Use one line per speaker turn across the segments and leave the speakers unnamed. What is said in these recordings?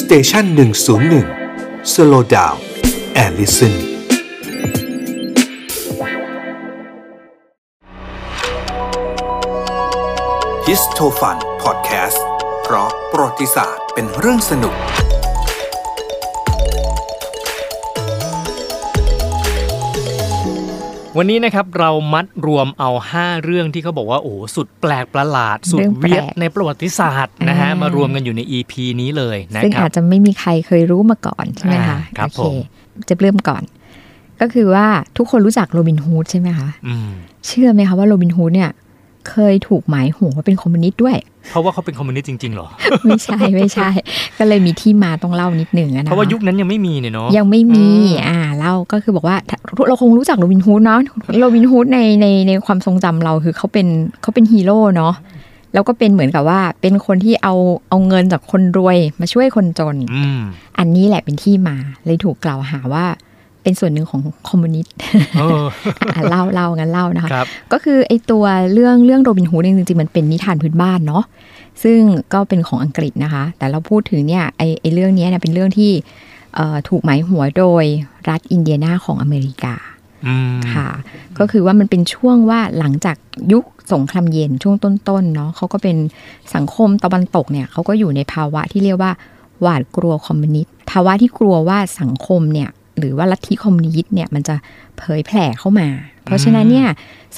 สเตชันหนึ่งศูนย์หนึ่งสโลดาวแอลลิสัน ฮิสโทฟันพอดแคสต์เพราะประวัติศาสตร์เป็นเรื่องสนุก
วันนี้นะครับเรามัดรวมเอา 5 เรื่องที่เขาบอกว่า โอ้โหสุดแปลกประหลาด สุด
เรื่องแปลก
เวียดในประวัติศาสตร์นะฮะ
อ่าม
มารวมกันอยู่ใน EP นี้เลยนะ
ซึ่ง
ครั
อา
บ
จจะไม่มีใครเคยรู้มาก่อนใช่ไหมคะ
อ่าครับ
โอเค
ผม
จะเริ่มก่อน ก็คือว่าทุกคนรู้จักโรบินฮูดใช่ไหมคะ
อืม
เชื่อไหมคะว่าโรบินฮูดเนี่ย เคยถูกหมายหัวว่าเป็นคอมมิวนิสต์ ด้วย
เพราะว่าเขาเป็นคอมมิวนิสต์จริงๆเหรอ
ไม่ใช่ไม่ใช่ ก็เลยมีที่มาต้องเล่านิดหนึ่งอนะคะ
เพราะว่ายุคนั้นยังไม่มีเนี่ยเนาะ
ยังไม่มี
อืม
อ่าเล่าก็คือบอกว่าถ้าเราคงรู้จักโรบินฮูดเนาะโรบินฮูดในในในความทรงจำเราคือเขาเป็นเขาเป็นฮีโร่เนาะแล้วก็เป็นเหมือนกับว่าเป็นคนที่เอาเอาเงินจากคนรวยมาช่วยคนจน
อืม
อันนี้แหละเป็นที่มาเลยถูกกล่าวหาว่าเป็นส่วนหนึ่งของคอมมิวนิสต์
เออ
อ่ะเล่าเล่างั้นเล่านะคะ
ครับ
ก็คือไอตัวเรื่องเรื่องโรบินฮูดเนี่ยจริงๆ มันเป็นนิทานพื้นบ้านเนาะซึ่งก็เป็นของอังกฤษนะคะ แต่เราพูดถึงเนี่ยไอไอเรื่องเนี้ยเนี่ยเป็นเรื่องที่เอ่อถูกหมายหัวโดยรัฐอินเดียนาของอเมริกา
อืม
ค่ะ ก็คือว่ามันเป็นช่วงว่าหลังจากยุคสงครามเย็นช่วงต้นๆเนาะเขาก็เป็นสังคมตะวันตกเนี่ยเขาก็อยู่ในภาวะที่เรียกว่าหวาดกลัวคอมมิวนิสต์ภาวะที่กลัวว่าสังคมเนี่ยหรือว่าลัทธิคอมมิวนิสต์เนี่ยมันจะเผยแผ่เข้ามา เพราะฉะนั้นเนี่ย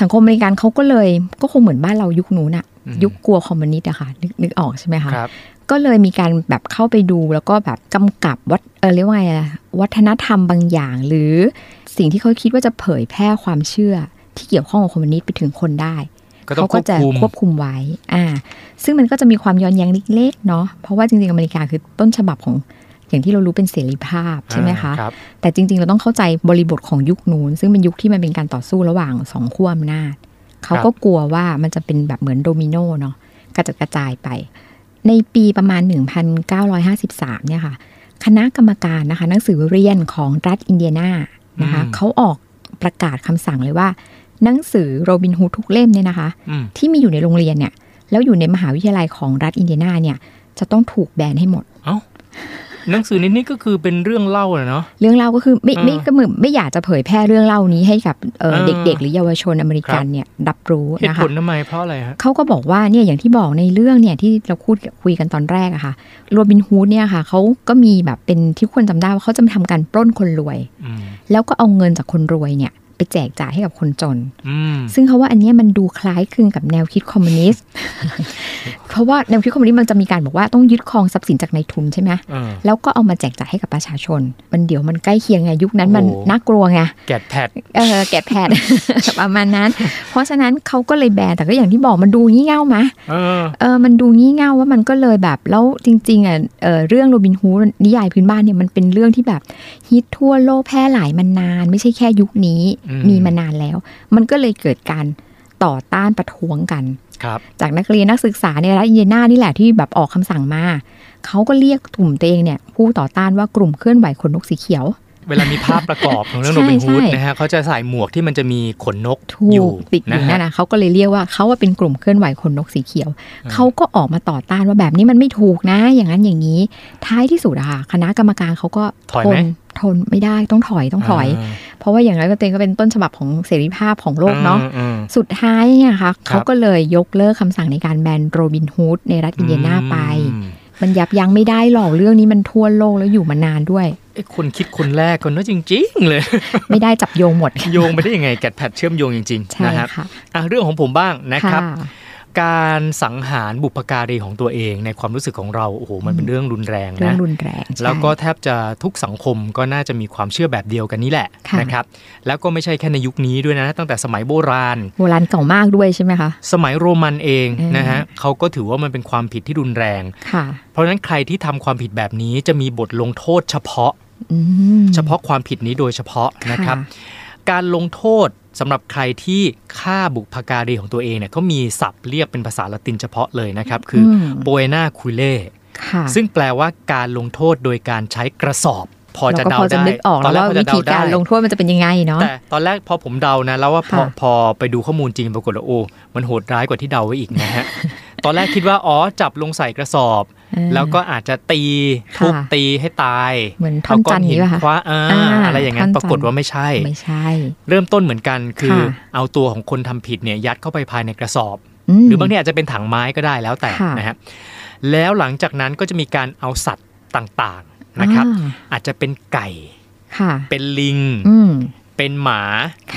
สังคมอเมริกันเขาก็เลยก็คงเหมือนบ้านเรายุคนู้นอะ
อืม
ยุคกลัวคอมมิวนิสต์อะค่ะนึกนึกออกใช่ไหมคะ
ครับ
ก็เลยมีการแบบเข้าไปดูแล้วก็แบบกำกับวัดเออเรียกว่าไงอะวัฒนธรรมบางอย่าง หรือสิ่งที่เขาคิดว่าจะเผยแพร่ความเชื่อที่เกี่ยวข้องกับคอมมิวนิสต์ไปถึงคนได้
ก็ต้องคว
เขาก็
บ
จะ
คุม
ควบคุมไว้อ่าซึ่งมันก็จะมีความย้อนแย้งเล็กๆเนาะเพราะว่าจริงๆอเมริกาคือต้นฉบับของอย่างที่เรารู้เป็นเสรีภาพใช่ไหมคะ
อ่ารับ
แต่จริงๆ เราต้องเข้าใจบริบทของยุคนู้น ซึ่งเป็นยุคที่มันเป็นการต่อสู้ระหว่างสองขั้วอำนาจ เขาก็กลัวว่ามันจะเป็นแบบเหมือนโดมิโนเนาะกระจัดกระจายไป ในปีประมาณ 1953 เนี่ยค่ะ คณะกรรมการนะคะ หนังสือเรียนของรัฐอินเดียนานะคะ
อืม
เขาออกประกาศคำสั่งเลยว่า หนังสือโรบินฮูดทุกเล่มเนี่ยนะคะ
อืม
ที่มีอยู่ในโรงเรียนเนี่ยแล้วอยู่ในมหาวิทยาลัยของรัฐอินเดียนาเนี่ยจะต้องถูกแบนให้หมด
หนังสือนี้นี่ก็คือเป็นเรื่องเล่าอะเนาะ
เรื่องเล่าก็คือไม่
อ่า
ไม่ก็เหมือนไม่อยากจะเผยแพร่เรื่องเล่านี้ให้กับเอ่อ
อ่า
เด็กๆ หรือเยาวชนอเมริกัน
ครับ
เนี่ยรับรู้
เหตุ
นะ
ผ
คะ
ลทำไมเพราะอะไรฮะ
เขาก็บอกว่าเนี่ยอย่างที่บอกในเรื่องเนี่ยที่เราพูดคุยกันตอนแรกอะค่ะโรบินฮูดเนี่ยค่ะเขาก็มีแบบเป็นที่ควรจำได้ว่าเขาจะมาทำการปล้นคนรวย
อืม
แล้วก็เอาเงินจากคนรวยเนี่ยไปแจกจ่ายให้กับคนจน
อืม
ซึ่งเขาว่าอันเนี้ยมันดูคล้ายคลึงกับแนวคิดคอมมิว นิสต์ เพราะว่าแนวคิดคอมมิวนิสต์มันจะมีการบอกว่าต้องยึดครองทรัพย์สินจากนายทุนใช่ไหม
เออ
แล้วก็เอามาแจกจ่ายให้กับประชาชน มันเดี๋ยวมันใกล้เคียงไงยุคนั้นมัน
โอ้โห
น่ากลัวไง
แกดแพด
เอ อแกะแผด ประมาณนั้น เพราะฉะนั้นเขาก็เลยแบนแต่ก็อย่างที่บอกมันดูงี่เง่ามะ
เออ
เออมันดูงี่เง่าว่ามันก็เลยแบบแล้วจริงๆอ่ะเออเรื่องโรบินฮูดนิยายพื้นบ้านเนี่ยมันเป็นเรื่องที่แบบฮิตทั่วโลกแพร่หลายมานาน ไม่ใช่แค่ยุคนี้
อืม
มีมานานแล้ว มันก็เลยเกิดการต่อต้านประท้วงกัน
ครับ
จากนักเรียนนักศึกษาในรัฐอินเดียนานี่แหละที่แบบออกคำสั่งมาเขาก็เรียกกลุ่มตัวเองเนี่ยผู้ต่อต้านว่ากลุ่มเคลื่อนไหวขนนกสีเขียว
เวลามีภาพประกอบของเรื่อง
ใช่
โรบินฮูด
ใช่
นะฮะเขาจะใส่หมวกที่มันจะมีขนนก
ถู
อยู่
กติดอยู่นั่น
ฮ
นะเขาก็เลยเรียกว่าเขาว่าเป็นกลุ่มเคลื่อนไหวขนนกสีเขียว
อืม
เขาก็ออกมาต่อต้านว่าแบบนี้มันไม่ถูกนะ อย่างนั้นอย่างนี้ ท้ายที่สุดอะค่ะคณะกรรมการเขาก็
ถอย
ท
ไหม
นทนไม่ได้ต้องถอยต้องถอย
า
เพราะว่าอย่างไรก็เตงก็เป็นต้นฉบับของเสรีภาพของโลกเนาะ
อืม
สุดท้ายเนี่ยนะคะเขาก็เลยยกเลิกคำสั่งในการแบนโรบินฮูดในรัฐอินเดียนาไป
อืม
มันยับยั้งไม่ได้หรอกเรื่องนี้มันทั่วโลกแล้วอยู่มานานด้วย
ไอ้คนคิดคนแรกคนนั้นจริง ๆ เลย
ไม่ได้จับโยงหมด
โยงไปได้ยังไงแกดแพดเชื่อมโยงจริงๆ
ใช่
นะครับ
ค่ะ
อ่ะเรื่องของผมบ้างนะครับ
ค่ะ
การสังหารบุพการีของตัวเองในความรู้สึกของเราโอ้โหมันเป็นเรื่องรุนแรง
เรื่อง
นะ
รุนแรงใช่
แล้วก็แทบจะทุกสังคมก็น่าจะมีความเชื่อแบบเดียวกันนี่แหละ
ค่ะ
นะครับ แล้วก็ไม่ใช่แค่ในยุคนี้ด้วยนะ ตั้งแต่สมัยโบราณ
โบราณเก่ามากด้วยใช่ไหมคะ
สมัยโรมันเอง
อืม
นะฮะเขาก็ถือว่ามันเป็นความผิดที่รุนแรง
ค่ะ
เพราะฉะนั้นใครที่ทำความผิดแบบนี้จะมีบทลงโทษเฉพาะ
อืม
เฉพาะความผิดนี้โดยเฉพาะนะครับ
ค่ะ
การลงโทษสำหรับใครที่ฆ่าบุพการีของตัวเองเนี่ยเขามีศัพท์เรียกเป็นภาษาละตินเฉพาะเลยนะครับ คือ
ม
โบเอนาคูเล่
ค่ะ
ซึ่งแปลว่าการลงโทษโดยการใช้กระสอบ พอจะ
เราก็
เดา
พอจะ
ได้
นึกออกแล้ว
พ
ว่า
อ
วิ
จะเด
ธีการ
ได้
ลงโทษมันจะเป็นยังไงเนาะ
แต่ตอนแรกพอผมเดานะ แล้วว่าพอ
ค่ะ
พอไปดูข้อมูลจริ งปรากฏว่าโอ้มันโหดร้ายกว่าที่เดาไว้อีกนะฮะ ตอนแรกคิดว่าอ๋อจับลงใส่กระสอบ
อ่า
แล้วก็อาจจะตีทุบ
ค่ะ
ตีให้ตาย
เหมือนท่อ
เอา
น
ก้อ
จัน
น
ทร์
หิ
นี้
น
ป่ะคะ
คว้าอ่า
อ่า
อะไรอย่างนั้น
ท่
ป
อนจันท
รา
ร์
กฏว่าไม่ใช่
ไม่ใช่
เริ่มต้นเหมือนกันคือ
ค่ะ
เอาตัวของคนทำผิดเนี่ยยัดเข้าไปภายในกระสอบห
ม
รือบางทีอาจจะเป็นถังไม้ก็ได้แล้วแต่
ค่ะ
นะฮะแล้วหลังจากนั้นก็จะมีการเอาสัตว์ต่างๆนะครับ
อ่า
อาจจะเป็นไก่
ค่ะ
เป็นลิง
อืม
เป็นหมา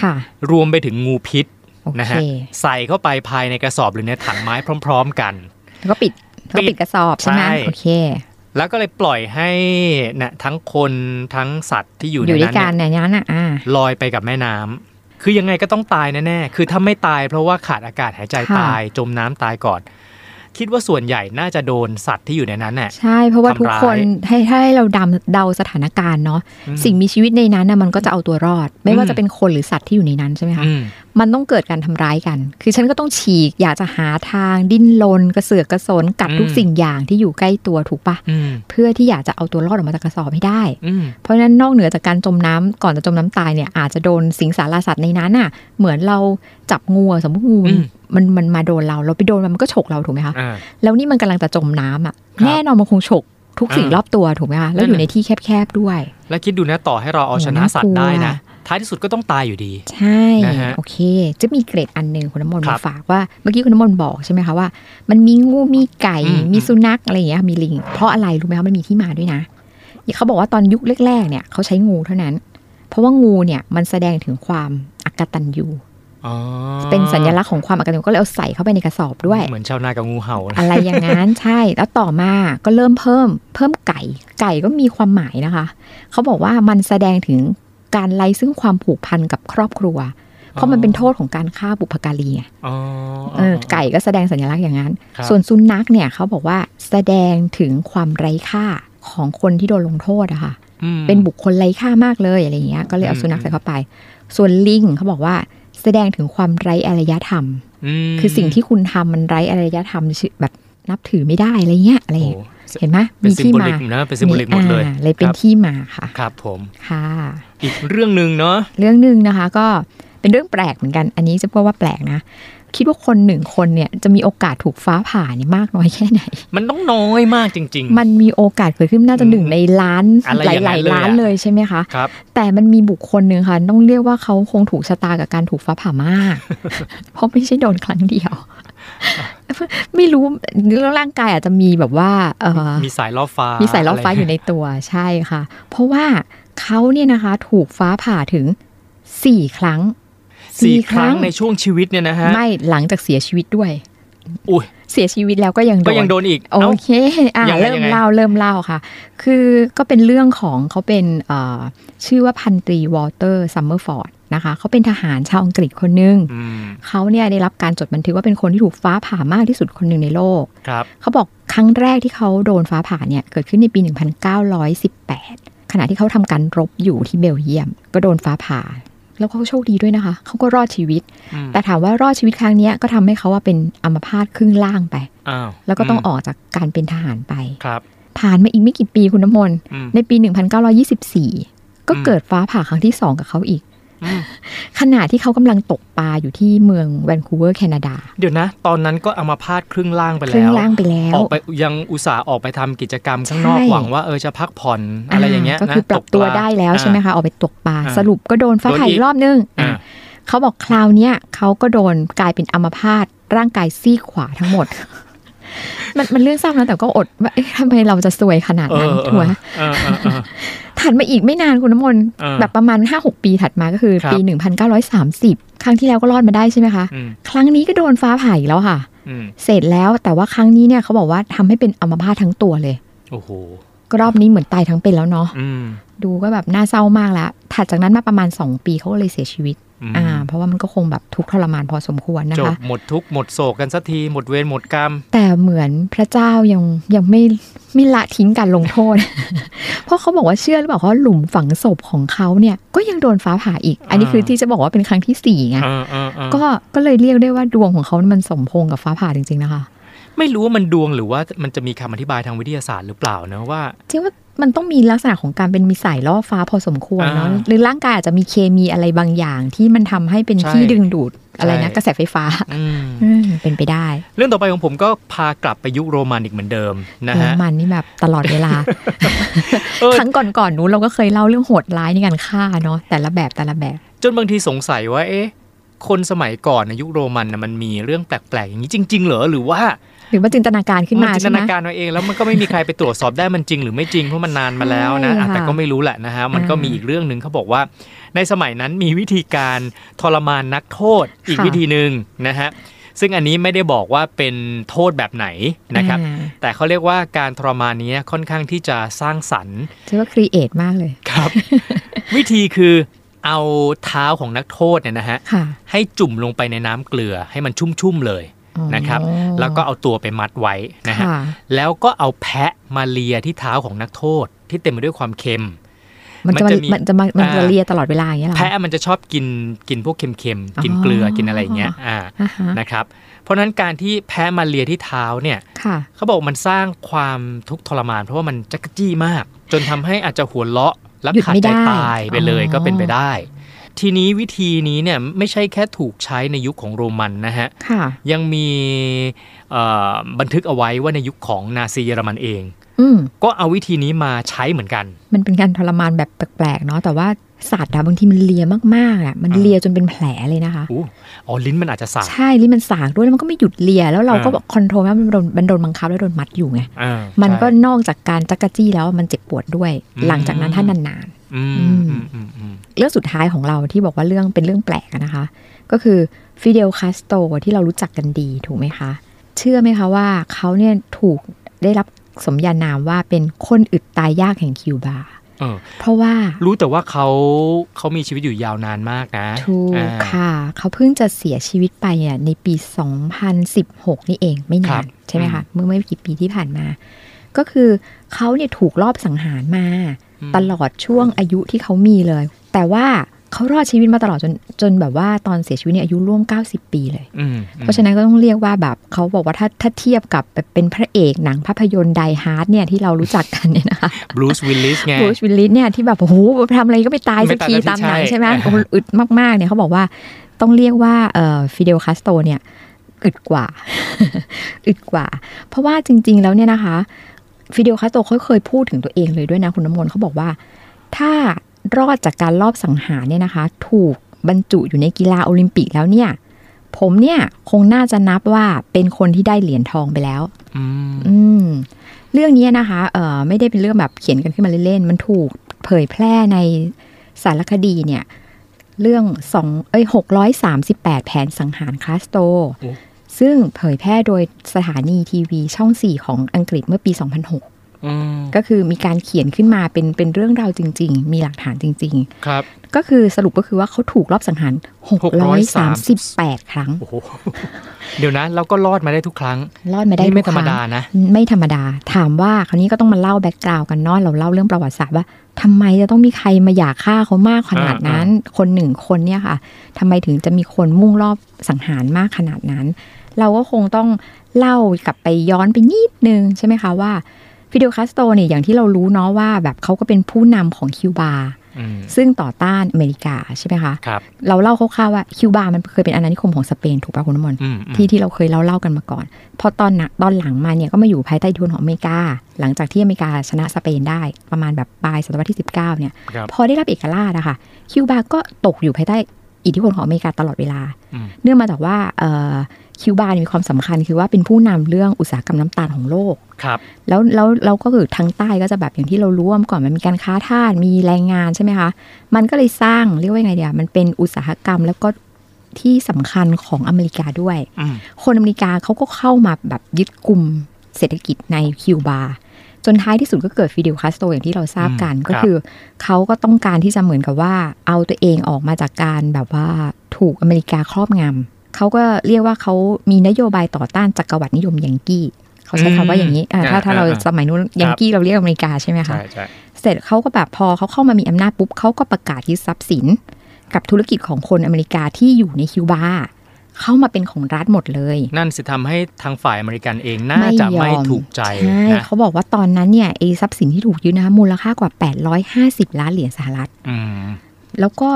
ค่ะ
รวมไปถึงงูพิษ
โอ
นะ
เค
ฮะใส่เข้าไปภายในกระสอบหรือในถังไม้พร้อม ๆ กัน
แล้วก็ปิดแล้วก็
ปิ
ปิ
ด
ดกระสอบใช่ไหม
ใช่
โอเค
แล้วก็เลยปล่อยให้นะทั้งคนทั้งสัตว์ที่อยู่
อยู่
ใน
ด้วย
นั้น
กัน
เนี่ย
ในนั้นน่ะอ่า
ลอยไปกับแม่น้ำคือยังไงก็ต้องตายแน่ๆคือถ้าไม่ตายเพราะว่าขาดอากาศหายใจ
ค่ะ
ตายจมน้ำตายก่อน คิดว่าส่วนใหญ่น่าจะโดนสัตว์ที่อยู่ในนั้นน่ะ
ใช่ เพราะว่า
ทำร้าย
ทุกคนให้ให้เราดำเดาสถานการณ์เนาะ
อืม
สิ่งมีชีวิตในนั้นนะมันก็จะเอาตัวรอด ไม่
อื
ว่าม จะเป็นคนหรือสัตว์ที่อยู่ในนั้นใช่ไหมคะ
อืม
มันต้องเกิดการทำร้ายกัน คือฉันก็ต้องฉีกอยากจะหาทางดิ้นรนกระเสือกกระสนกัด
อืม
ทุกสิ่งอย่างที่อยู่ใกล้ตัวถูกปะ
อืม
เพื่อที่อยากจะเอาตัวรอดออกมาจากกระสอบให้ได้
อืม
เพราะฉะนั้นนอกเหนือจากการจมน้ำก่อนจะจมน้ำตายเนี่ยอาจจะโดนสิงสารสัตว์ในนั้นน่ะ เหมือนเราจับงูอะสมมติงู
อืม
มันมันมาโดนเราเราไปโดนมันมันก็ฉกเราถูกไหมคะ
อ่า
แล้วนี่มันกำลังจะจมน้ำอ่ะ
ครับ
แน่นอนมันคงฉกทุกสิ่ง
อ่าร
รอบตัวถูกไหมคะแล้วอ
นั่
ยู่
น
ใน
น่ะ
ที่แคบๆด้วย
แล้วคิดดูนะต่อให้เราเอาชนะ
โอ้น่ากลัว
สัตว์ได้นะ ท้ายที่สุดก็ต้องตายอยู่ดี
ใช่
นะฮะ
โอเค จะมีเกรดอันหนึ่งคุณน้ำมนต์
ครั
มา
บ
ฝากว่าเมื่อกี้คุณน้ำมนต์บอกใช่ไหมคะว่า มันมีงูมีไก่
อืม
มีสุนัขอะไรอย่างเงี้ยมีลิง เพราะอะไรรู้ไหมคะมันมีที่มาด้วยนะเขาบอกว่าตอนยุคแรกๆเนี่ยเขาใช้งูเท่านั้น เพราะว่างูเนี่ยมันแสดงถึงความอักตันยู
อ๋อ
เป็นสัญลักษณ์ของความอักตันยูก็เลยเอาใส่เข้าไปในกระสอบด้วย
เหมือนชาวนากับงูเห่านะ
อะไรอย่างนั้น ใช่ แล้วต่อมาก็เริ่มเพิ่ม เพิ่มไก่ ไก่ก็มีความหมายนะคะ เขาบอกว่ามันแสดงถึงการไล่ซึ่งความผูกพันกับครอบครัว เพราะมันเป็นโทษของการฆ่าบุพการีไง
อ๋อ
เออไก่ก็แสดงสัญลักษณ์อย่างนั้น
ครับ
ส่วนสุนัขเนี่ยเขาบอกว่าแสดงถึงความไร้ค่าของคนที่โดนลงโทษอะค่ะ
อืม
เป็นบุคคลไร้ค่ามากเลยอะไรอย่างเงี้ย ก็เลยเอาสุนัขใส่เข้าไป ส่วนลิงเขาบอกว่าแสดงถึงความไร้อารยธรรม
ม
คือสิ่งที่คุณทำมันไร้อารยธรรมชื่อแบบนับถือไม่ได้อะไรเงี้ยอะไร
โอ้
อย่างเงี้ยเห็นไหม
เป็น
มี
ซิม
ที่
โบ
มา
ลิกนะเป็นซิมโบลิกหมดเลย
อ่าเลยเป็น
ครับ
ที่มาค่ะ
ครับผม
ค่ะ
อีกเรื่องหนึ่งเนาะ
เรื่องหนึ่งนะคะก็เป็นเรื่องแปลกเหมือนกัน อันนี้จะพูดว่าแปลกนะ คิดว่าคนหนึ่งคนเนี่ยจะมีโอกาสถูกฟ้าผ่าเนี่ยมากน้อยแค่ไหน
มันต้องน้อยมากจริง
มันมีโอกาสเกิดขึ้นน่าจะหนึ่งในล้าน
อะไร
ห
อย่างนั้นเลย
ลายๆล้าน
อะ
เลยใช่ไหมคะ
ๆ ครับ
แต่มันมีบุคคลหนึ่งค่ะ ต้องเรียกว่าเขาคงถูกชะตากับการถูกฟ้าผ่ามาก เพราะไม่ใช่โดนครั้งเดียว ไม่รู้แล้วร่างกายอาจจะมีแบบว่าเอ่อ
มีสายล่อฟ้า
มี
มี
สายล่อฟ้าอยู่ในตัวใช่ค่ะ เพราะว่าเขาเนี่ยนะคะถูกฟ้าผ่าถึงสี่ครั้ง
สี่ครั้งในช่วงชีวิตเนี่ยนะฮะ
ไม่หลังจากเสียชีวิตด้วย
อุ้ย
เสียชีวิตแล้วก็ยังโด
ก็ยั
น
งโดนอีก
โอ
เอ้า
เค อ่ะ
ยังไง
เริ่
ยั
ม
งไง
เล่าเริ่มเล่าค่ะ คือก็เป็นเรื่องของเขาเป็นเอ่อชื่อว่าพันตรีวอลเตอร์ซัมเมอร์ฟอร์ดนะคะ เขาเป็นทหารชาวอังกฤษคนหนึ่ง
อืม
เขาเนี่ยได้รับการจดบันทึกว่าเป็นคนที่ถูกฟ้าผ่ามากที่สุดคนหนึ่งในโลก
ครับ
เขาบอกครั้งแรกที่เขาโดนฟ้าผ่าเนี่ยเกิดขึ้นในปี 1918 ขณะที่เขาทำการรบอยู่ที่เบลเยียม ก็โดนฟ้าผ่า แล้วเขาโชคดีด้วยนะคะ เขาก็รอดชีวิต
อืม
แต่ถามว่ารอดชีวิตครั้งเนี้ยก็ทำให้เขาว่าเป็นอัมพาตครึ่งล่างไป
อ้าว
แล้วก็ต้อง
ม
ออกจากการเป็นทหารไป
ครับ
ผ่านมาอีกไม่กี่ปีคุณน้ำมนต์
อืม
ในปี 1924 ก็
อืม
เกิดฟ้าผ่าครั้งที่ 2 กับเขาอีก
อืม
ขณะที่เขากำลังตกปลาอยู่ที่เมืองแวนคูเวอร์แคนาดา
เดี๋ยวนะ ตอนนั้นก็เอามาพาดครึ่งล่างไป
ครึ่
แล้
ง
ว
ล่างไปแล้ว
ออกไปยังอุตส่าห์ออกไปทำกิจกรรมข้างนอก
ใช่
หวังว่าเออจะพักผ่อนอะไรอย่างเงี้ย
ก็
นะ
คือปรับตัว
กา
ได้แล้วใช่ไหมคะออกไปตกปลา
อ่า
สรุปก็โดนฟ้าผ่า
โด
อี
นอี
ก
ก
รอบนึงอ่ะ
อ่า
เขาบอกคราวเนี้ยเขาก็โดนกลายเป็นอัมพาตร่างกายซีกขวาทั้งหมด มันมันเรื่องเศร้านะแต่ก็อดว่าเอ๊ะทำไมเราจะซวยขนาด
เอ
นั้น
อ
ถูกไหม
เออเออเออ
ถัดมาอีกไม่นานคุณน้ำมนต์
เออ
แบบประมาณ 5-6 ปีถัดมาก็คือ
ครับ
ปี 1930 ครั้งที่แล้วก็รอดมาได้ใช่ไหมคะ
อืม
ครั้งนี้ก็โดนฟ้าผ่าอีกแล้วค่ะ
อืม
เสร็จแล้วแต่ว่าครั้งนี้เนี่ยเขาบอกว่าทำให้เป็นอัมพาตทั้งตัวเลย
โอ้โห
ก็รอบนี้เหมือนตายทั้งเป็นแล้วเนาะ
อืม
ดูก็แบบน่าเศร้ามากแล้ว ถัดจากนั้นมาประมาณ 2 ปีเขาก็เลยเสียชีวิต
ม
อ่า เพราะว่ามันก็คงแบบทุกข์ทรมานพอสมควรนะ
จบ
คะ
หมดทุกข์หมดโศกกันสักทีหมดเวรหมดกรรม
แต่เหมือนพระเจ้ายังยังไม่ไม่ละทิ้งการลงโทษ เพราะเขาบอกว่าเชื่อหรือเปล่าเพราะหลุมฝังศพของเขาเนี่ยก็ยังโดนฟ้าผ่าอีก อันนี้
อ่า
คือที่จะบอกว่าเป็นครั้งที่สี่ไง
เออเออเออ
ก็ก็เลยเรียกได้ว่าดวงของเขามันสมพงษ์กับฟ้าผ่าจริงๆนะคะ
ไม่รู้ว่ามันดวงหรือว่ามันจะมีคำอธิบายทางวิทยาศาสตร์หรือเปล่านะว่า
จริงว่ามันต้องมีลักษณะของการเป็นมีสายล่อฟ้าพอสมควรเนาะ
อ่า
หรือร่างกายอาจจะมีเคมีอะไรบางอย่าง ที่มันทำให้เป็น
ใช่
ที่ดึงดูดอะไรนะ
ใช่
กระแสไฟฟ้า
อืม
อืมเป็นไปได้
เรื่องต่อไปของผมก็พากลับไปยุคโรมันอีกเหมือนเดิมนะ
โร
ฮะ
มันนี่แบบตลอดเวลา
เออ
ครั้งก่อนๆนู้นเราก็เคยเล่าเรื่องโหดร้ายในการฆ่าเนาะแต่ละแบบแต่ละแบบ
จนบางทีสงสัยว่า เอ๊ะ คนสมัยก่อนในยุคโรมันนะมันมีเรื่องแปลก ๆ อย่างนี้จริง ๆ เหรอ หรือว่า
หรือว่าจินตนาการขึ้น
มั
มา
จินต
ใช่ไหม
นาการเอาเองแล้วมันก็ไม่มีใครไปตรวจสอบได้มันจริง หรือไม่จริงเพราะมันนานมาแล้วนะ
ใช่
อ่ะ
ค่ะ
แต่ก็ไม่รู้แหละนะฮะมันก็
อ่ามี
มีอีกเรื่องหนึ่งเขาบอกว่า ในสมัยนั้นมีวิธีการทรมานนักโทษอีก
ค่ะ
วิธีหนึ่งนะฮะซึ่งอันนี้ไม่ได้บอกว่าเป็นโทษแบบไหนนะครับ
อ่า
แต่เขาเรียกว่าการทรมานเนี้ยค่อนข้างที่จะสร้างสรรค์
ถือว่าครีเอทมากเลย
ครับ วิธีคือเอาเท้าของนักโทษเนี่ยนะฮะ
ค่ะ
ให้จุ่มลงไปในน้ำเกลือให้มันชุ่มๆเลย
อ๋อ
นะครับ แล้วก็เอาตัวไปมัดไว้นะฮะ
ค่ะ
แล้วก็เอาแพะมาเลียที่เท้าของนักโทษ ที่เต็มไปด้วยความเค็ม
มันจะ
มันจะมี
มามันจะมามันจะ
อ่า
เลียตลอดเวลาอย่างเงี้ยเหรอ
แพะมันจะชอบกินกินพวกเค็มๆกินเกลือกินอะไรอย่างเงี้ยอ่า
อ่าฮะ
นะครับ เพราะฉะนั้นการที่แพะมาเลียที่เท้าเนี่ย
ค่ะ
เขาบอกมันสร้างความทุกข์ทรมาน เพราะว่ามันจักจี้มาก จนทำให้อาจจะหัวเราะแล้ว
หยุด
ขาด
ไม่
ใจ
ได้
ตายไปเลย
อ๋อ
ก็เป็นไปได้ ทีนี้วิธีนี้เนี่ยไม่ใช่แค่ถูกใช้ในยุคของโรมันนะฮะ
ค่ะ
ยังมีเอ่อบันทึกเอาไว้ว่าในยุคของนาซีเยอรมันเอง
อืม
ก็เอาวิธีนี้มาใช้เหมือนกัน
มันเป็นการทรมานแบบแปลกๆเนาะแต่ว่าสัตว์อะบางทีมันเลียมากๆอะมัน
อ่า
เลียจนเป็นแผลเลยนะคะ
อู้อ๋อลิ้นมันอาจจะสาบ
ใช่ลิ้นมันสากด้วยแล้วมันก็ไม่หยุดเลียแล้วเราก็
อ่า
บอกคอนโทรลว่ามันโดนมันโดนบังคับแล้วโดนมัดอยู่ไง
อ่า
มันก็
ใช่
นอกจากการจักกะจี้แล้วมันเจ็บปวดด้วย
อืม
หลังจากนั้นถ้านาน
อืม
อืม
อืมอืมอืม
ๆเรื่องสุดท้ายของเราที่บอกว่าเรื่องเป็นเรื่องแปลกอะนะคะ ก็คือฟิเดลคาสโตรที่เรารู้จักกันดีถูกไหมคะ เชื่อไหมคะว่าเขาเนี่ยถูกได้รับสมญานามว่าเป็นคนอึดตายยากแห่งคิวบา
เออ
เพราะว่า
รู้แต่ว่าเขาเขามีชีวิตอยู่ยาวนานมากนะ
ถูก
อ่า
ค่ะ เขาเพิ่งจะเสียชีวิตไปอ่ะในปี 2016 นี่เองไม่
ครั
นาน
บ
ใช่ไหม
อื
คะ
ม
เมื่อไม่กี่ปีที่ผ่านมา ก็คือเขาเนี่ยถูกลอบสังหารมา ตลอดช่วงอายุที่เขามีเลย แต่ว่าเขารอดชีวิตมาตลอดจนจนแบบว่าตอนเสียชีวิตเนี่ยอายุร่วม 90 ปีเลย
อืมอืม
เพราะฉะนั้นก็ต้องเรียกว่าแบบเขาบอกว่าถ้าถ้าเทียบกับแบบเป็นพระเอกหนังภาพยนตร์ไดฮาร์ดเนี่ยที่เรารู้จักกันเนี่ยนะคะ
บรูซวิลลิสไง
บรูซวิลลิสเนี่ยที่แบบโอ้โหทำอะไรก็ไม่ตาย
ไม่
สัก
ตาย
ที
สักที
ตามหนัง
ใช่
ใช่ไหม
อ่า
โอ้โหอึดมากๆเนี่ยเขาบอกว่าต้องเรียกว่าเอ่อฟิเดลคาสโตรเนี่ยอึดกว่า อึดกว่า เพราะว่าจริง ๆ แล้วเนี่ยนะคะฟิเดลคาสโตรเขาเคยพูดถึงตัวเองเลยด้วยนะคุณน้ำมนต์เขาบอกว่า ถ้ารอดจากการลอบสังหารเนี่ยนะคะ ถูกบรรจุอยู่ในกีฬาโอลิมปิกแล้วเนี่ย ผมเนี่ยคงน่าจะนับว่าเป็นคนที่ได้เหรียญทองไปแล้ว
อืม
อืมเรื่องนี้นะคะเอ่อไม่ได้เป็นเรื่องแบบเขียนกันขึ้นมาเล่นๆ มันถูกเผยแพร่ในสารคดีเนี่ย เรื่องสองเอ้ยหกร้อยสามสิบแปดแผนสังหารคลาสโต ซึ่งเผยแพร่โดยสถานีทีวีช่อง 4 ของอังกฤษเมื่อปี 2006
อืม
ก็คือมีการเขียนขึ้นมาเป็นเป็นเรื่องราวจริง ๆ มีหลักฐานจริง
ครับ
ๆ ก็คือสรุปก็คือว่าเขาถูกรอบสังหาร 638 ครั้ง
โอ้โห เดี๋ยวนะ เราก็รอดมาได้ทุกครั้ง
รอดมาได้
นี่ไม่
ทุ
ธ
ก
รรม
คง
ดานะ
ไม่ธรรมดา ถามว่าคราวนี้ก็ต้องมาเล่าแบ็กกราวกันเนอะเราเล่าเรื่องประวัติศาสตร์ว่าทำไมจะต้องมีใครมาอยากฆ่าเขามากขนาดนั้น คนหนึ่งคนเนี่ยค่ะทำไมถึงจะมีคนมุ่งรอบสังหารมากขนาดนั้น เราก็คงต้องเล่ากลับไปย้อนไปนิดนึงใช่ไหมคะว่าฟิเดลคาสโตรเนี่ยอย่างที่เรารู้เนาะว่าแบบเขาก็เป็นผู้นำของคิวบา
อืม
ซึ่งต่อต้านอเมริกาใช่ไหมคะ
ครับ
เราเล่าคร่าวๆว่าคิวบามันเคยเป็นอาณานิคมของสเปนถูกปะคุณน้ำมนต์
อืมอืม
ที่ที่เราเคยเล่าเล่ากันมาก่อน พอตอนนะตอนหลังมาเนี่ยก็มาอยู่ภายใต้อิทุนของอเมริกา หลังจากที่อเมริกาชนะสเปนได้ประมาณแบบปลายศตวรรษที่ 19 เนี่ย
ครับ
พอได้รับเอกราชอะค่ะ คิวบาก็ตกอยู่ภายใต้อิทธิพลของอเมริกาตลอดเวลา
อืม
เนื่องมาจากว่าเอ่อคิวบาเนี่ยมีความสำคัญคือว่าเป็นผู้นำเรื่องอุตสาหกรรมน้ำตาลของโลก
ครับ
แล้วแล้วเราก็คือทางใต้ก็จะแบบอย่างที่เรารู้ว่าเมื่อก่อนมันมีการค้าทาสมีแรงงานใช่ไหมคะ มันก็เลยสร้างเรียกว่ายังไงเดียวมันเป็นอุตสาหกรรมแล้วก็ที่สำคัญของอเมริกาด้วย
อืม
คนอเมริกาเขาก็เข้ามาแบบยึดกลุ่มเศรษฐกิจในคิวบา จนท้ายที่สุดก็เกิดฟิเดลคาสโตรอย่างที่เราทราบกัน
อืมครับ
ก็คือ เขาก็ต้องการที่จะเหมือนกับว่าเอาตัวเองออกมาจากการแบบว่าถูกอเมริกาครอบงำเขาก็เรียกว่าเขามีนโยบายต่อต้านจักรวรรดินิยมยังกี้เขาใช้คำว่าอย่างนี้อ่ะถ้าถ้าเราสมัยนู้นยังกี้เราเรียกอเมริกาใช่ไหมคะ
ใช่ใช่
เสร็จเขาก็แบบพอเขาเข้ามามีอำนาจปุ๊บเขาก็ประกาศยึดทรัพย์สิน กับธุรกิจของคนอเมริกาที่อยู่ในคิวบา เข้ามาเป็นของรัฐหมดเลย
นั่นสิทำให้ทางฝ่ายอเมริกันเองน่าจะ
ยอ
ไม่ถูกใจ
ช่
นะ
เขาบอกว่าตอนนั้นเนี่ยไอ้ทรัพย์สินที่ถูกยึดนะคะมูลค่ากว่า 850 ล้านเหรียญสหรัฐ
อืม
แล้วก็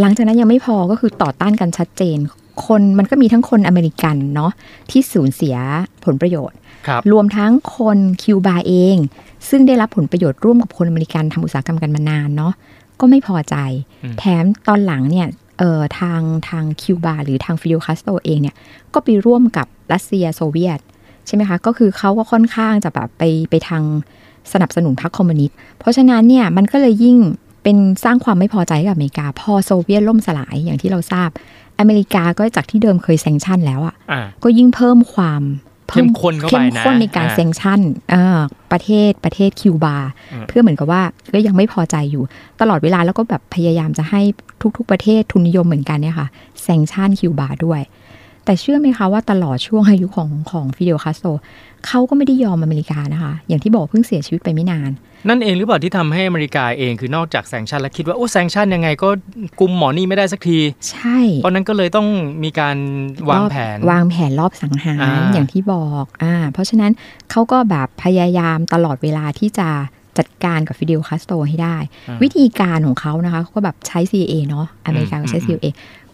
หลังจากนั้นยังไม่พอก็คือต่อต้านกันชัดเจน คนมันก็มีทั้งคนอเมริกันเนาะที่สูญเสียผลประโยชน์
ครับ
รวมทั้งคนคิวบาเอง ซึ่งได้รับผลประโยชน์ร่วมกับคนอเมริกันทำอุตสาหกรรมกันมานานเนาะก็ไม่พอใจ
อืม
แถมตอนหลังเนี่ยเอ่อทางทางคิวบาหรือทางฟิโดคาสโตรเองเนี่ยก็ไปร่วมกับรัสเซียโซเวียต ใช่ไหมคะ ก็คือเขาก็ค่อนข้างจะแบบไปไปทางสนับสนุนพรรคคอมมิวนิสต์เพราะฉะนั้นเนี่ยมันก็เลยยิ่งเป็นสร้างความไม่พอใจให้กับอเมริกา พอโซเวียตล่มสลายอย่างที่เราทราบ อเมริกาก็จากที่เดิมเคยแซงชั่นแล้วอะ
อ่า
ก็ยิ่งเพิ่มความ
เข้มข้นเข้าไปนะ
เข้มข้นในการ
อ่า
เซงชั่นเอ่อประเทศประเทศคิวบา
อืม
เพื่อเหมือนกับว่าก็ยังไม่พอใจอยู่ ตลอดเวลาแล้วก็แบบพยายามจะให้ทุก ๆ ประเทศทุนนิยมเหมือนกันเนี่ยค่ะเซงชั่นคิวบาด้วย แต่เชื่อไหมคะว่าตลอดช่วงอายุของของฟิเดลคาสโตรเขาก็ไม่ได้ยอมอเมริกานะคะ อย่างที่บอกเพิ่งเสียชีวิตไปไม่นาน
นั่นเองหรือเปล่าที่ทำให้อเมริกาเองคือนอกจากแซงชันแล้วคิดว่า โอ้แซงชันยังไงก็กุมหมอนี่ไม่ได้สักที
ใช่
เพราะนั้นก็เลยต้องมีการวางแผน
รอบวางแผนรอบสังหาร
อ่า
อย่างที่บอกอ่าเพราะฉะนั้นเขาก็แบบพยายามตลอดเวลาที่จะจัดการกับฟิเดลคาสโตรให้ได้
อ่า
วิธีการของเขานะคะเขาก็แบบใช้ CIA เนาะอเมริกาก็ใช้
อืม
CIA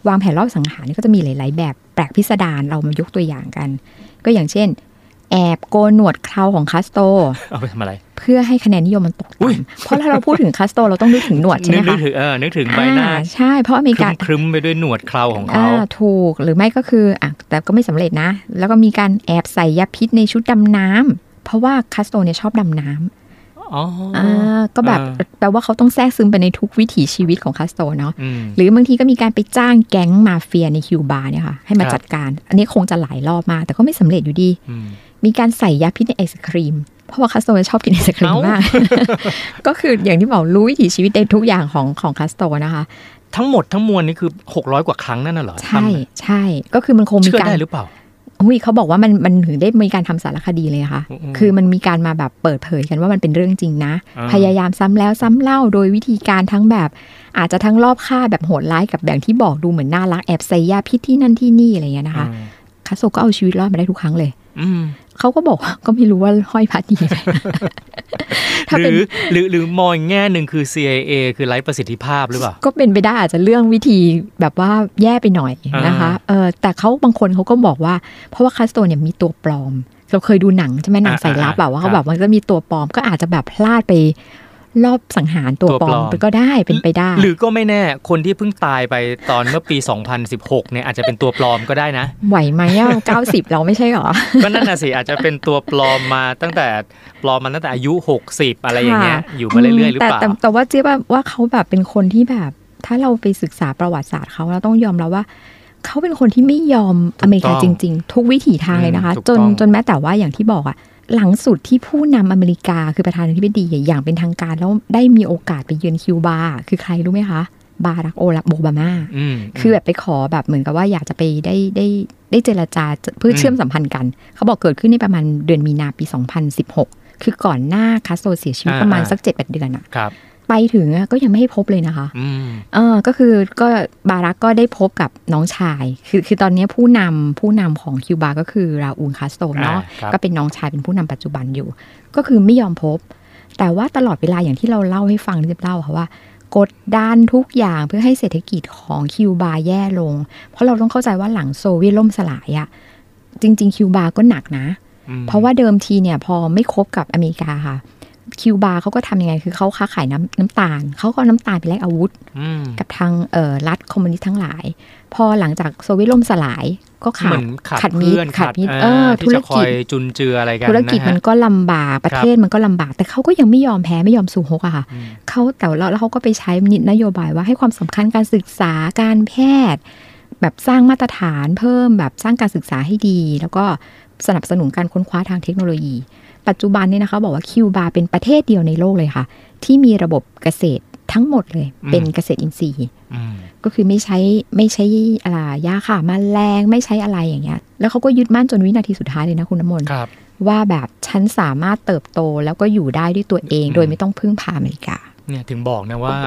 วางแผนรอบสังหารนี่ก็จะมีหลาย ๆ แบบแปลกพิสดารเรามายกตัวอย่างกัน ก็อย่างเช่น แอบโกนหนวดเคราของคาสโตร
เอาไปทำอะไร
เพื่อให้คะแนนนิยมมันตก
อุ๊ย
ต่ำเพราะถ้าเราพูดถึงคาสโตรเราต้องนึกถึงหนวดใช่ไห
นึ
ม
กนึก
คะ
ถึงเออนึกถึงใบหน้า
อ่ใช่เพราะอเมริ
ครึ
กา
มครึมไปด้วยหนวดเคราของ
อ่า
เขา
ถูกหรือไม่ก็คืออ่ะแต่ก็ไม่สำเร็จนะ แล้วก็มีการแอบใส่ยาพิษในชุดดำน้ำเพราะว่าคัสโตเนี่ยชอบดำน้
อ๋ออ
ำอ่าก็แบบ
อ่า
แปลว่าเขาต้องแทรกซึมไปในทุกวิถีชีวิตของคัสโตเนาะ
อืม
หรือบางทีก็มีการไปจ้างแก๊งมาเฟียในคิวบาเนี่ยค่ะให้มา
ครับ
จัดการ อันนี้คงจะหลายรอบมาก แต่ก็ไม่สำเร็จอยู่ดี
อืม
มีการใส่ยาพิษในไอศครีม เพราะว่าคัสโตชอบกินไอศครีม
เอ้าม
มาก ก็คืออย่างที่บอกรู้วิถีชีวิตในทุกอย่างของของคัสโตนะคะ
ทั้งหมดทั้งมวลนี่คือ 600 กว่าครั้งนั่นน่ะเหรอ
ใช่
ทำน่ะ
ใช่ก็คือมันคงมี
เชื่อ
การ
ได้หรือเปล่า
อุ้ยเขาบอกว่ามันมันถึงได้มีการทำสารคดีเลยนะค่ะ
อืม
คือมันมีการมาแบบเปิดเผยกันว่ามันเป็นเรื่องจริงนะ
อ่า
พยายามซ้ำแล้วซ้ำเล่าโดยวิธีการทั้งแบบ อาจจะทั้งรอบฆ่าแบบโหดร้ายกับแบ่งที่บอกดูเหมือนน่ารักแอบใส่ยาพิษที่นั่นที่นี่อะไรอย่างเงี้ยนะคะ
อืม
คาโซก็เอาชีวิตรอดมาได้ทุกครั้งเลย
อืม
เขาก็บอกว่า ก็ไม่รู้ว่าห้อยพระดีไหม ถ้า
ห
เป็น
รือหรือหรือมองอีกแง่หนึ่งคือ CIA คือไร้ประสิทธิภาพหรือเปล่า
ก็เป็นไปได้อาจจะเรื่องวิธีแบบว่าแย่ไปหน่อยนะคะ
อ่า
เออแต่เขาบางคนเขาก็บอกว่า เพราะว่าคาสโตรเนี่ยมีตัวปลอม เราเคยดูหนังใช่ไหมหนัง
อ่า
สายลับแบบว่า
ครั
เขา
บ
แบบมันก็มีตัวปลอมก็อาจจะแบบพลาดไปรอบสังหารตัว
ตัว
ป
ป
ล
ล
อ
อ
ม
ม
ไปก็ได้เป็นไปได้
หรือก็ไม่แน่คนที่เพิ่งตายไปตอนเมื่อปี 2016 เนี่ยอาจจะเป็นตัวปลอมก็ได้นะ
ไหวไหม อ่ะเก้าสิบเราไม่ใช่เหรอ
ก็นั่นน่ะสิอาจจะเป็นตัวปลอมมาตั้งแต่ปลอมมาตั้งแต่อายุ 60 อะไรอย่างเงี้ย
ค่ะ
อยู่มาเรื่อยๆหรือเปล่า
แต่แต่แต่ว่าเจ๊ยบว่าว่าเขาแบบเป็นคนที่แบบ ถ้าเราไปศึกษาประวัติศาสตร์เขาเราต้องยอมรับว่า เขาเป็นคนที่ไม่ยอมอเมริกา
ถูก
จ
ต้อง
ริง ๆ ทุกวิถีทางเลยนะคะ
อืมถูก
จน
ต้อง
จนแม้แต่ว่าอย่างที่บอกอะหลังสุดที่ผู้นำอเมริกาคือประธานาธิบดีอย่างเป็นทางการแล้วได้มีโอกาสไปเยือนคิวบา คือใครรู้ไหมคะ บารักโอลักโอบามา
อืม
คือแบบไปขอแบบเหมือนกับว่าอยากจะไปได้ได้ได้เจรจาเพื่อ
ม
เชื่อมสัมพันธ์กัน เขาบอกเกิดขึ้นในประมาณเดือนมีนาปี 2016 คือก่อนหน้าคาสโตรเสียชีวิตประมาณสัก 7 8 เดือนอะ
ครับ
ไปถึงอะก็ยังไม่ให้พบเลยนะคะ
อืม
เออก็คือก็บารักก็ได้พบกับน้องชาย คือคือตอนนี้ผู้นำผู้นำของคิวบาก็คือราอูลคาสโตรเนาะ
อ่าครับ
ก็เป็นน้องชายเป็นผู้นำปัจจุบันอยู่ ก็คือไม่ยอมพบ แต่ว่าตลอดเวลาอย่างที่เราเล่าให้ฟังที่จะเล่าค่ะว่า กดดันทุกอย่างเพื่อให้เศรษฐกิจของคิวบาแย่ลง เพราะเราต้องเข้าใจว่าหลังโซเวียตล่มสลายอะจริง ๆ คิวบาก็หนักนะ
อืม
เพราะว่าเดิมทีเนี่ยพอไม่คบกับอเมริกาค่ะ คิวบาเขาก็ทำยังไงคือเขาค้าขายน้ำน้ำตาลเขาก็เอาน้ำตาลไปแลกอาวุธ
อืม
กับทางเอ่อรัฐคอมมิวนิสต์ทั้งหลาย พอหลังจากโซเวียตล่มสลายก็
เห
ขา
มือ
ด
นขาด
ขาดมิตร
เพื่อน
ขาดมิตร
เออ
เออธุ
ที่
ร
จะ
กิจ
คอยจุนเจืออะไรกัน
ธุรกิจ
นะฮะ
มันก็ลำบากประเทศมันก็ลำบาก แต่เขาก็ยังไม่ยอมแพ้ไม่ยอมสู่ฮกอะค่ะ
อืม
เขาแต่แล้วแล้วเขาก็ไปใช้นโยบายว่าให้ความสำคัญการศึกษาการแพทย์ แบบสร้างมาตรฐานเพิ่มแบบสร้างการศึกษาให้ดี แล้วก็สนับสนุนการค้นคว้าทางเทคโนโลยี ปัจจุบันเนี่ยนะคะบอกว่าคิวบาเป็นประเทศเดียวในโลกเลยค่ะ ที่มีระบบเกษตรทั้งหมดเลย เป็นเกษตรอินทรีย์
อืม
ก็คือไม่ใช้ไม่ใช้อะไรยาฆ่าแมลงไม่ใช้อะไรอย่างเงี้ย แล้วเขาก็ยึดมั่นจนวินาทีสุดท้ายเลยนะคุณน้ำมนต์
ครับ
ว่าแบบฉันสามารถเติบโตแล้วก็อยู่ได้ด้วยตัวเอง โดยไม่ต้องพึ่งพาอเมริกา
เนี่ยถึงบอกนะว่า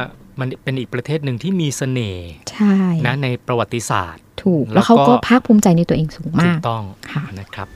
มันเป็นอีกประเทศหนึ่งที่มีเสน่ห์
ใช่
นะในประวัติศาสตร์
ถูก
แล้
แล้ว
ก็
วเขาก็ภาคภูมิใจในตัวเองสูง
ถู
มาก ก
ต้อง
ค่ะ
นะครับ